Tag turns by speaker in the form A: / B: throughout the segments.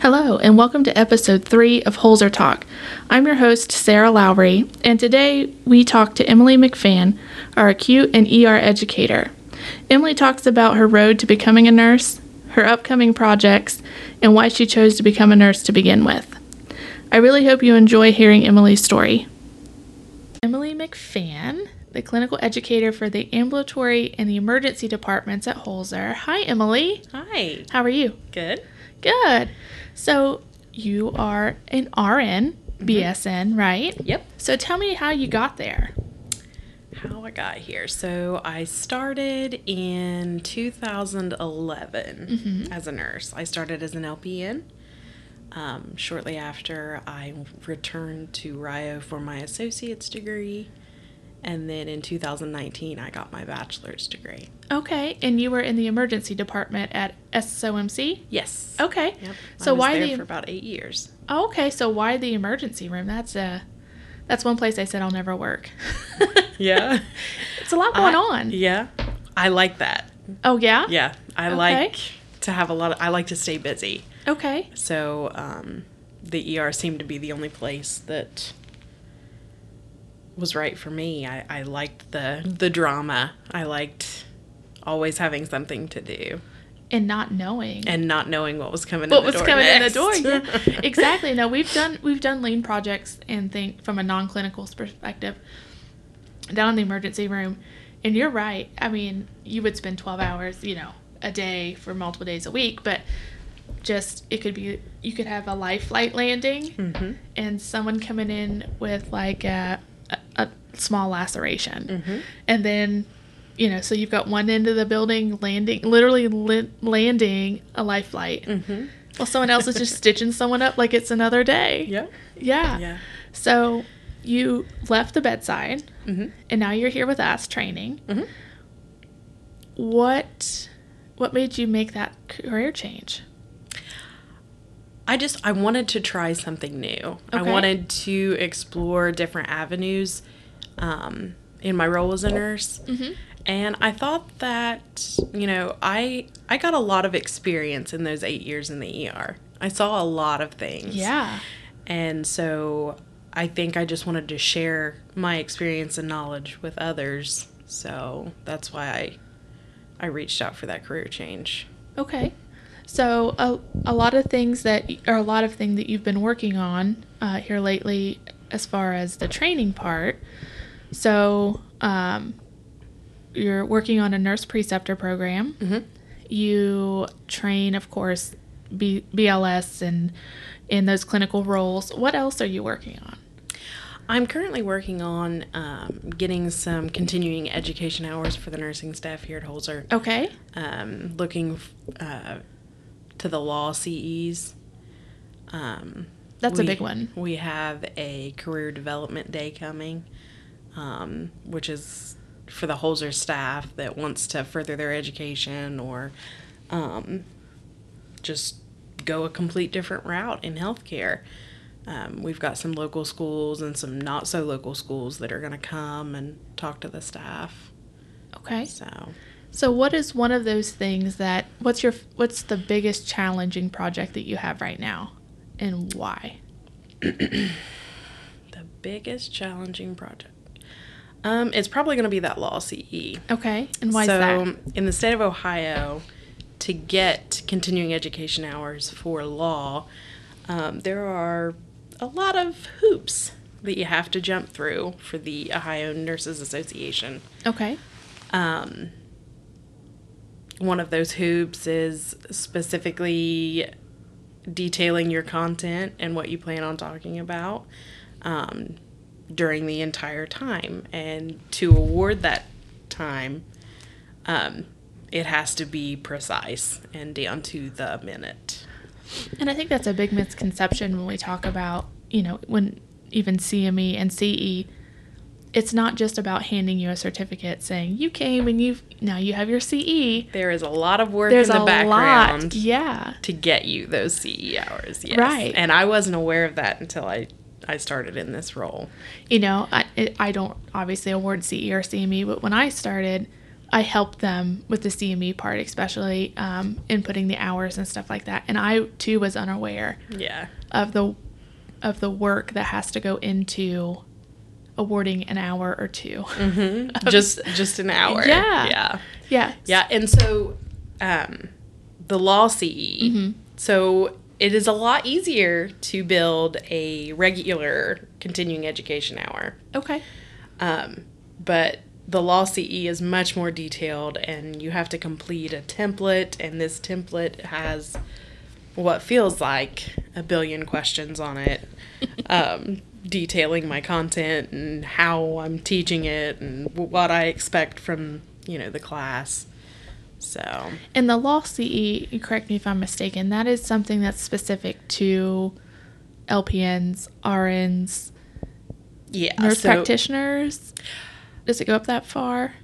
A: Hello, and welcome to episode three of Holzer Talk. I'm your host, Sarah Lowry, and today we talk to Emily McFan, our acute and ER educator. Emily talks about her road to becoming a nurse, her upcoming projects, and why she chose to become a nurse to begin with. I really hope you enjoy hearing Emily's story. Emily McFan, the clinical educator for the ambulatory and the emergency departments at Holzer. Hi, Emily.
B: Hi.
A: How are you?
B: Good.
A: Good. So you are an RN, BSN, right?
B: Mm-hmm. Yep.
A: So tell me how you got there.
B: How I got here. So I started in 2011 as a nurse. I started as an LPN. Um, shortly after, I returned to Rio for my associate's degree. And then in 2019, I got my bachelor's degree.
A: Okay, and you were in the emergency department at SOMC.
B: Yes.
A: Okay.
B: Yep.
A: So
B: Oh, I was
A: why
B: there
A: the
B: for about eight years?
A: oh, okay? So why the emergency room? That's a that's one place I said I'll never work.
B: Yeah.
A: it's a lot going
B: I-
A: on.
B: Yeah. I like that.
A: Oh yeah.
B: Yeah. I
A: Okay.
B: like to have a lot of, I like to stay busy.
A: Okay.
B: So um, the ER seemed to be the only place that was right for me. I, I liked the the drama. I liked always having something to do
A: And not knowing.
B: and not knowing what was coming.
A: what
B: in the
A: was
B: door
A: coming
B: next.
A: in the door. Yeah, exactly. No, we've done we've done lean projects and think from a non-clinical perspective down in the emergency room. And you're right. I mean, you would spend 12 hours, you know, a day for multiple days a week, but just it could be you could have a life flight landing
B: Mhm.
A: and someone coming in with like a, a, a small laceration.
B: Mhm.
A: And then, you know, so you've got one end of the building landing, literally li- landing a life flight.
B: Mhm.
A: Well, someone else is just stitching someone up like it's another day.
B: Yeah.
A: Yeah.
B: Yeah.
A: So you left the bedside
B: Mhm.
A: and now you're here with us training.
B: Mhm.
A: What what made you make that career change?
B: I just I wanted to try something new. I
A: Okay.
B: wanted to explore different avenues um, in my role as a nurse, and I thought that you know I I got a lot of experience in those eight years in the ER. I saw a lot of things.
A: Yeah.
B: and so I think I just wanted to share my experience and knowledge with others. So that's why I I reached out for that career change.
A: Okay. So a, a lot of things that or a lot of thing that you've been working on uh, here lately, as far as the training part. So um, you're working on a nurse preceptor program.
B: Mhm.
A: You train, of course, B, BLS and in those clinical roles. What else are you working on?
B: I'm currently working on um, getting some continuing education hours for the nursing staff here at Holzer.
A: Okay.
B: Um, looking uh, to the law CEs. Um,
A: That's a
B: we-
A: big one.
B: We have a career development day coming, um, which is for the Holzer staff that wants to further their education or um, just go a complete different route in healthcare. Um, we've got some local schools and some not so local schools that are going to come and talk to the staff.
A: Okay.
B: So,
A: So what is one of those things that what's your what's the biggest challenging project that you have right now and why?
B: the biggest challenging project. Um, it's probably going to be that law E. CE.
A: Okay. And why
B: so,
A: is that?
B: in the state of Ohio, to get continuing education hours for law, um, there are a lot of hoops that you have to jump through for the Ohio Nurses Association.
A: Okay.
B: Um, one of those hoops is specifically detailing your content and what you plan on talking about um, during the entire time. And to award that time, um, it has to be precise and down to the minute.
A: And I think that's a big misconception when we talk about, you know, when even CME and CE, it's not just about handing you a certificate saying you came and you've now you have your E." CE.
B: There is a lot of work
A: There's
B: in the
A: a
B: background.
A: lot. Yeah.
B: to get you those CE hours. Yes.
A: Right.
B: And I wasn't aware of that until I, I started in this role.
A: E you know, I, it- I don't obviously award CE or CME, but when I started, I help them with the CME part, especially um, in putting the hours and stuff like that. And I too was unaware
B: Yeah.
A: of the of the work that has to go into awarding an hour or 2
B: Mm-hmm. Just just an hour.
A: Yeah.
B: Yeah.
A: Yeah.
B: Yeah, and so um, the law CE. So it is a lot easier to build a regular continuing education hour,
A: Okay.
B: um, but the law CE is much more detailed, and you have to complete a template, and this template has what feels like a billion questions on it. um, detailing my content and how I'm teaching it and w- what I expect from, you know, the class. So,
A: And the law CE, you correct me if I'm mistaken, that is something that's specific to LPNs, RNs,
B: Yeah.
A: nurse
B: Uh, so,
A: practitioners. Does it go up that far?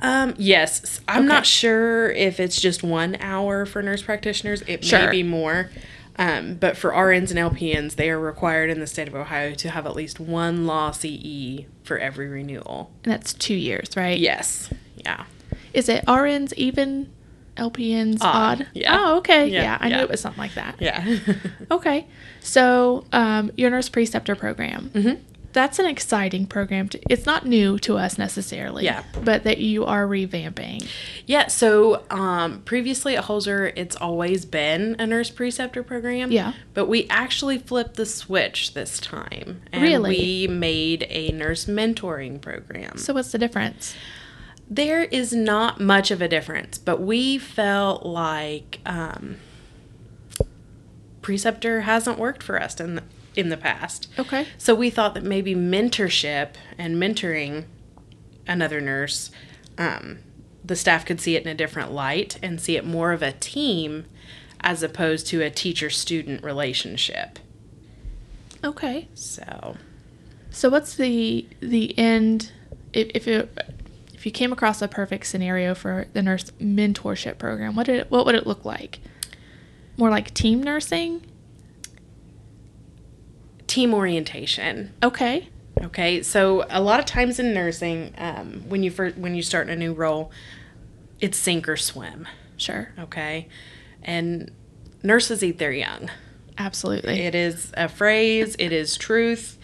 B: Um, yes. S- I'm
A: Okay.
B: not sure if it's just one hour for nurse practitioners. It may
A: Sure.
B: be more. Um, but for RNs and LPNs, they are required in the state of Ohio to have at least one law CE for every renewal.
A: And that's two years, right?
B: Yes. Yeah.
A: Is it RNs even, LPNs
B: Odd,
A: odd?
B: Ah, yeah.
A: Oh, okay.
B: Yeah,
A: Yeah, I
B: yeah.
A: knew it was something like that.
B: Yeah.
A: Okay. So, um, your nurse preceptor program.
B: Mhm.
A: That's an exciting program. To, it's not new to us necessarily,
B: Yeah.
A: but that you are revamping.
B: yeah. So um, previously at Holzer, it's always been a nurse preceptor program.
A: Yeah.
B: But we actually flipped the switch this time. And
A: Really?
B: we made a nurse mentoring program.
A: So, what's the difference?
B: there is not much of a difference, but we felt like um, preceptor hasn't worked for us in the, in the past.
A: Okay.
B: So we thought that maybe mentorship and mentoring another nurse, um, the staff could see it in a different light and see it more of a team as opposed to a teacher student relationship.
A: Okay.
B: So,
A: So what's the the end if if it, if you came across a perfect scenario for the nurse mentorship program, what did it, what would it look like? More like team nursing?
B: team orientation.
A: Okay.
B: Okay, so a lot of times in nursing, um, when you first when you start in a new role, it's sink or swim.
A: Sure.
B: Okay, and nurses eat their young.
A: Absolutely.
B: It is a phrase. It is truth.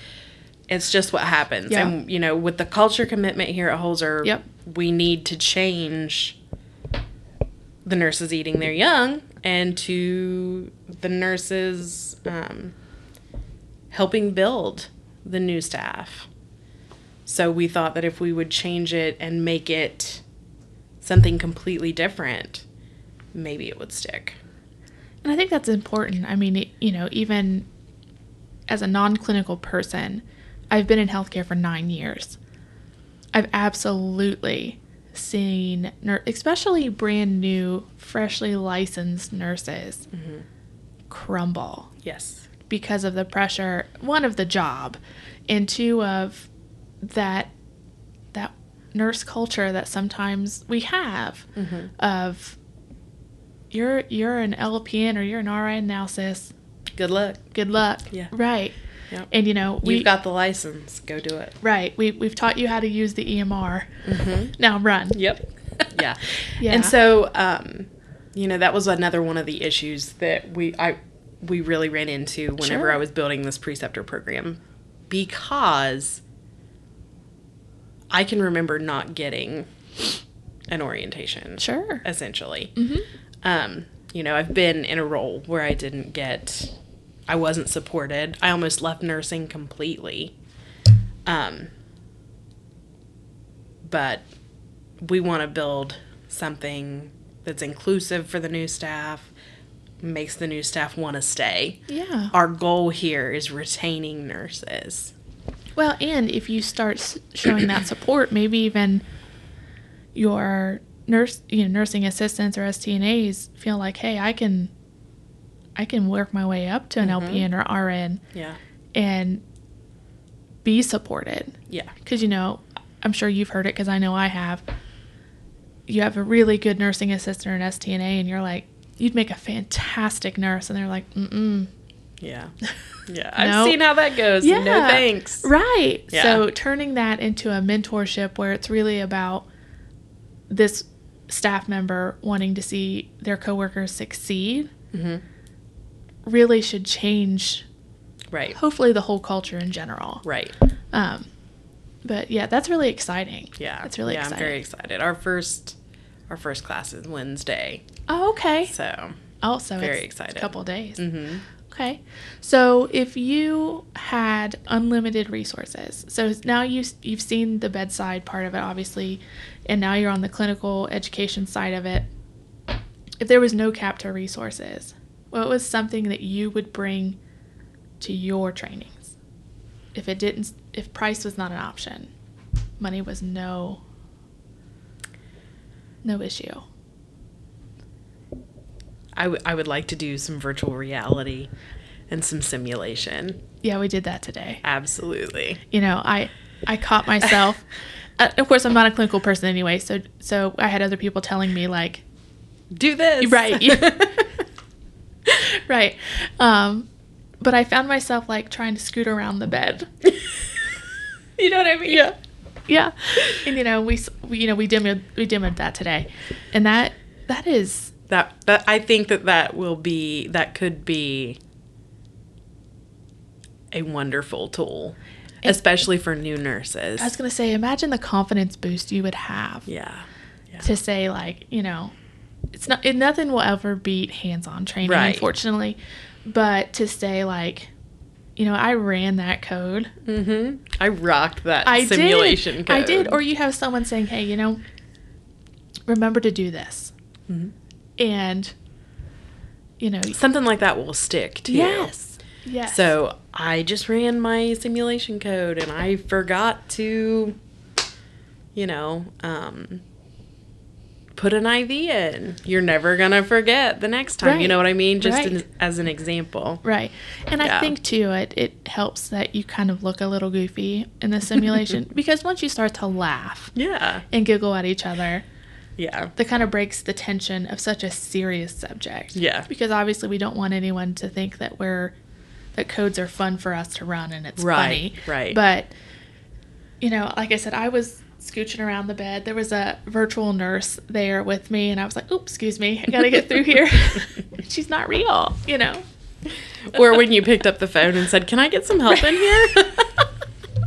B: It's just what happens.
A: Yeah.
B: And you know, with the culture commitment here at Holzer,
A: Yep.
B: we need to change the nurses eating their young and to the nurses um, helping build the new staff. So we thought that if we would change it and make it something completely different, maybe it would stick.
A: And I think that's important. I mean, it- you know, even as a non clinical person, I've been in healthcare for nine years. I've absolutely seen, nur- especially brand new, freshly licensed nurses crumble
B: Yes.
A: because of the pressure one of the job and two of that that nurse culture that sometimes we have
B: Mm-hmm.
A: of you're you're an LPN or you're an RN now sis
B: Good luck.
A: good luck
B: Yeah.
A: right
B: Yep.
A: and you know we
B: You've got the license. Go do it.
A: right we we've taught you how to use the EMR now run
B: Yep. yeah.
A: Yeah.
B: Mm-hmm. And so, um, you know, that was another one of the issues that we I we really ran into whenever
A: Sure.
B: I was building this preceptor program because I can remember not getting an orientation
A: sure
B: essentially.
A: Mhm.
B: Um, you know, I've been in a role where I didn't get, I wasn't supported. I almost left nursing completely. Um, but we want to build something that's inclusive for the new staff, makes the new staff want to stay.
A: yeah
B: Our goal here is retaining nurses.
A: Well, and if you start s- showing that support, maybe even your nurse, you know, nursing assistants or STNAs feel like, hey, I can, I can work my way up to an LPN
B: Mm-hmm.
A: or RN
B: Yeah.
A: and be supported.
B: Yeah.
A: Because you know, I'm sure you've heard it because I know I have. You have a really good nursing assistant or an STNA, and you're like, you'd make a fantastic nurse, and they're like, mm
B: Yeah.
A: mm.
B: Yeah. I've
A: No.
B: seen how that goes. No
A: Yeah.
B: thanks.
A: Right.
B: Yeah.
A: So turning that into a mentorship where it's really about this staff member wanting to see their coworkers succeed
B: Mm-hmm.
A: really should change
B: Right.
A: hopefully the whole culture in general.
B: Right.
A: Um, but yeah, that's really exciting.
B: Yeah.
A: That's really
B: yeah,
A: exciting.
B: I'm very excited. Our first our first class is Wednesday.
A: oh, okay.
B: So
A: Also,
B: very
A: it's
B: excited.
A: A couple days.
B: mm-hmm.
A: Okay. So if you had unlimited resources, so now you, you've seen the bedside part of it, obviously, and now you're on the clinical education side of it. If there was no cap to resources, what was something that you would bring to your trainings? If it didn't, if price was not an option, money was no, no issue.
B: I, w- I would like to do some virtual reality and some simulation.
A: Yeah, we did that today.
B: Absolutely.
A: you know i i caught myself uh, of course i'm not a clinical person anyway so so i had other people telling me like
B: Do this.
A: Right. right um but i found myself like trying to scoot around the bed
B: you know what I mean? Yeah.
A: yeah and you know we, s- we you know we demoed we demoed that today and that that is
B: That, that I think that that will be that could be a wonderful tool,
A: And-
B: especially for new nurses.
A: i was gonna say imagine the confidence boost you would have
B: yeah. Yeah.
A: to say like you know it's not it, nothing will ever beat hands-on training
B: Right.
A: unfortunately but to say like you know i ran that code
B: Mm-hmm. I rocked that
A: i
B: simulation
A: did
B: code.
A: i did or you have someone saying hey you know remember to do this
B: Mhm.
A: and you know
B: something like that will stick too.
A: yes yes
B: So I just ran my simulation code and I forgot to, you know, um, put an IV in. You're never going to forget the next time. You
A: Right.
B: know what I mean? Just
A: Right.
B: in, as an example.
A: Right. And I
B: Yeah.
A: think too it it helps that you kind of look a little goofy in the simulation because once you start to laugh
B: Yeah.
A: and giggle at each other,
B: Yeah.
A: that kind of breaks the tension of such a serious subject.
B: Yeah.
A: Because obviously we don't want anyone to think that we're that codes are fun for us to run and it's
B: Right,
A: funny.
B: right.
A: But you know, like I said, I was scooching around the bed. There was a virtual nurse there with me and I was like, Oops, excuse me, I gotta get through here. She's not real, you know.
B: Or when you picked up the phone and said, Can I get some help in here?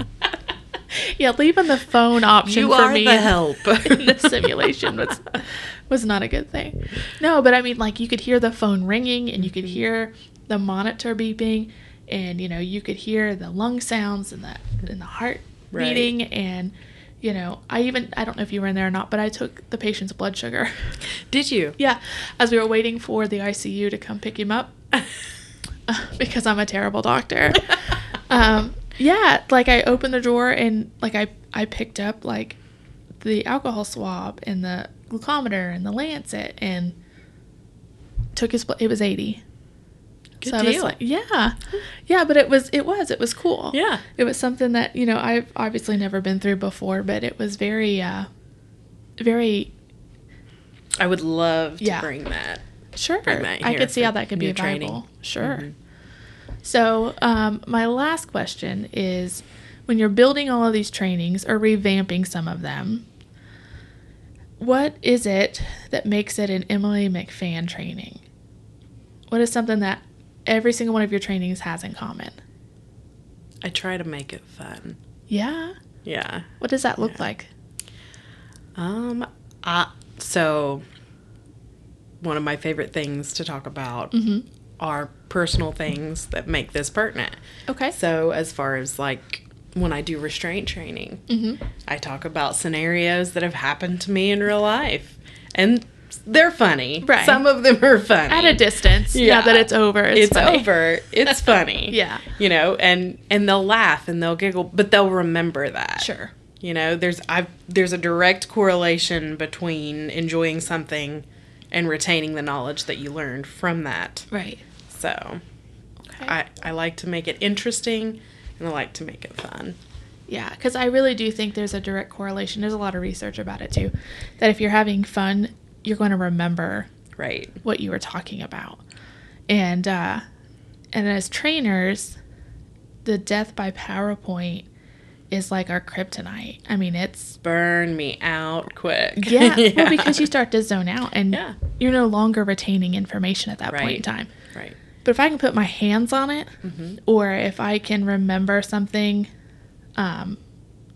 A: Yeah, leaving the phone option
B: you
A: for
B: are
A: me
B: the
A: in-
B: help.
A: in the simulation was was not a good thing. No, but I mean, like you could hear the phone ringing, and you could
B: Mm-hmm.
A: hear the monitor beeping, and you know you could hear the lung sounds and the and the heart
B: Right.
A: beating, and you know I even I don't know if you were in there or not, but I took the patient's blood sugar.
B: Did you?
A: yeah, as we were waiting for the ICU to come pick him up, uh, because I'm a terrible doctor. um, yeah, like I opened the drawer and like I I picked up like the alcohol swab and the glucometer and the lancet and took his bl- it was 80.
B: Good
A: I was
B: deal.
A: like, yeah. Yeah, but it was it was it was cool.
B: Yeah.
A: It was something that, you know, I've obviously never been through before, but it was very uh very
B: I would love to
A: Yeah.
B: bring that.
A: Sure.
B: bring that
A: I
B: here
A: could see
B: for
A: how that could be
B: new
A: viable.
B: training. Mm-hmm.
A: Sure. So, um, my last question is when you're building all of these trainings or revamping some of them, what is it that makes it an Emily McFan training? What is something that every single one of your trainings has in common?
B: I try to make it fun.
A: Yeah.
B: Yeah.
A: What does that look
B: Yeah.
A: like?
B: Um, I, so one of my favorite things to talk about
A: Mm-hmm.
B: are personal things that make this pertinent.
A: Okay.
B: So as far as like when I do restraint training,
A: mm-hmm.
B: I talk about scenarios that have happened to me in real life, and they're funny.
A: Right.
B: Some of them are funny.
A: At a distance. Yeah.
B: Yeah.
A: Now that it's over. It's,
B: it's
A: funny.
B: over. It's funny.
A: Yeah.
B: You know, and and they'll laugh and they'll giggle, but they'll remember that.
A: Sure.
B: You know, there's I've there's a direct correlation between enjoying something and retaining the knowledge that you learned from that.
A: Right.
B: So
A: Okay.
B: I, I like to make it interesting and I like to make it fun.
A: Yeah, because I really do think there's a direct correlation. There's a lot of research about it too, that if you're having fun, you're going to remember
B: Right.
A: what you were talking about, and uh, and as trainers, the death by PowerPoint is like our kryptonite. I mean, it's
B: Burn me out quick.
A: yeah, Well, because you start to zone out and
B: Yeah.
A: you're no longer retaining information at that point in
B: Right.
A: time.
B: Right.
A: But if I can put my hands on it,
B: Mm-hmm.
A: or if I can remember something um,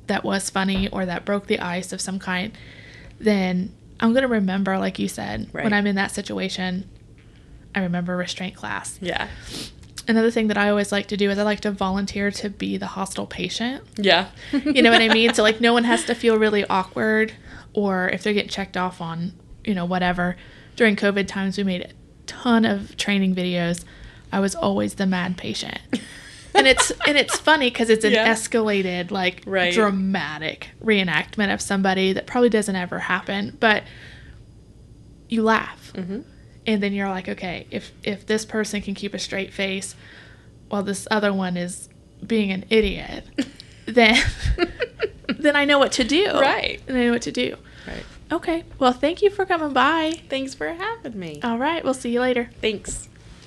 A: that was funny or that broke the ice of some kind, then I'm going to remember, like you said, when
B: Right.
A: I'm in that situation, I remember restraint class.
B: Yeah.
A: Another thing that I always like to do is I like to volunteer to be the hostile patient.
B: Yeah.
A: You know what I mean? So, like, no one has to feel really awkward or if they're getting checked off on, you know, whatever. During COVID times, we made a ton of training videos. I was always the mad patient. And it's and it's funny because it's an
B: Yeah.
A: escalated, like
B: Right.
A: dramatic reenactment of somebody that probably doesn't ever happen, but you laugh,
B: Mm-hmm.
A: and then you're like, okay, if if this person can keep a straight face, while this other one is being an idiot, then then I know what to do.
B: Right.
A: And I know what to do.
B: Right.
A: Okay. Well, thank you for coming by.
B: Thanks for having me.
A: Oh. All right. We'll see you later.
B: Thanks.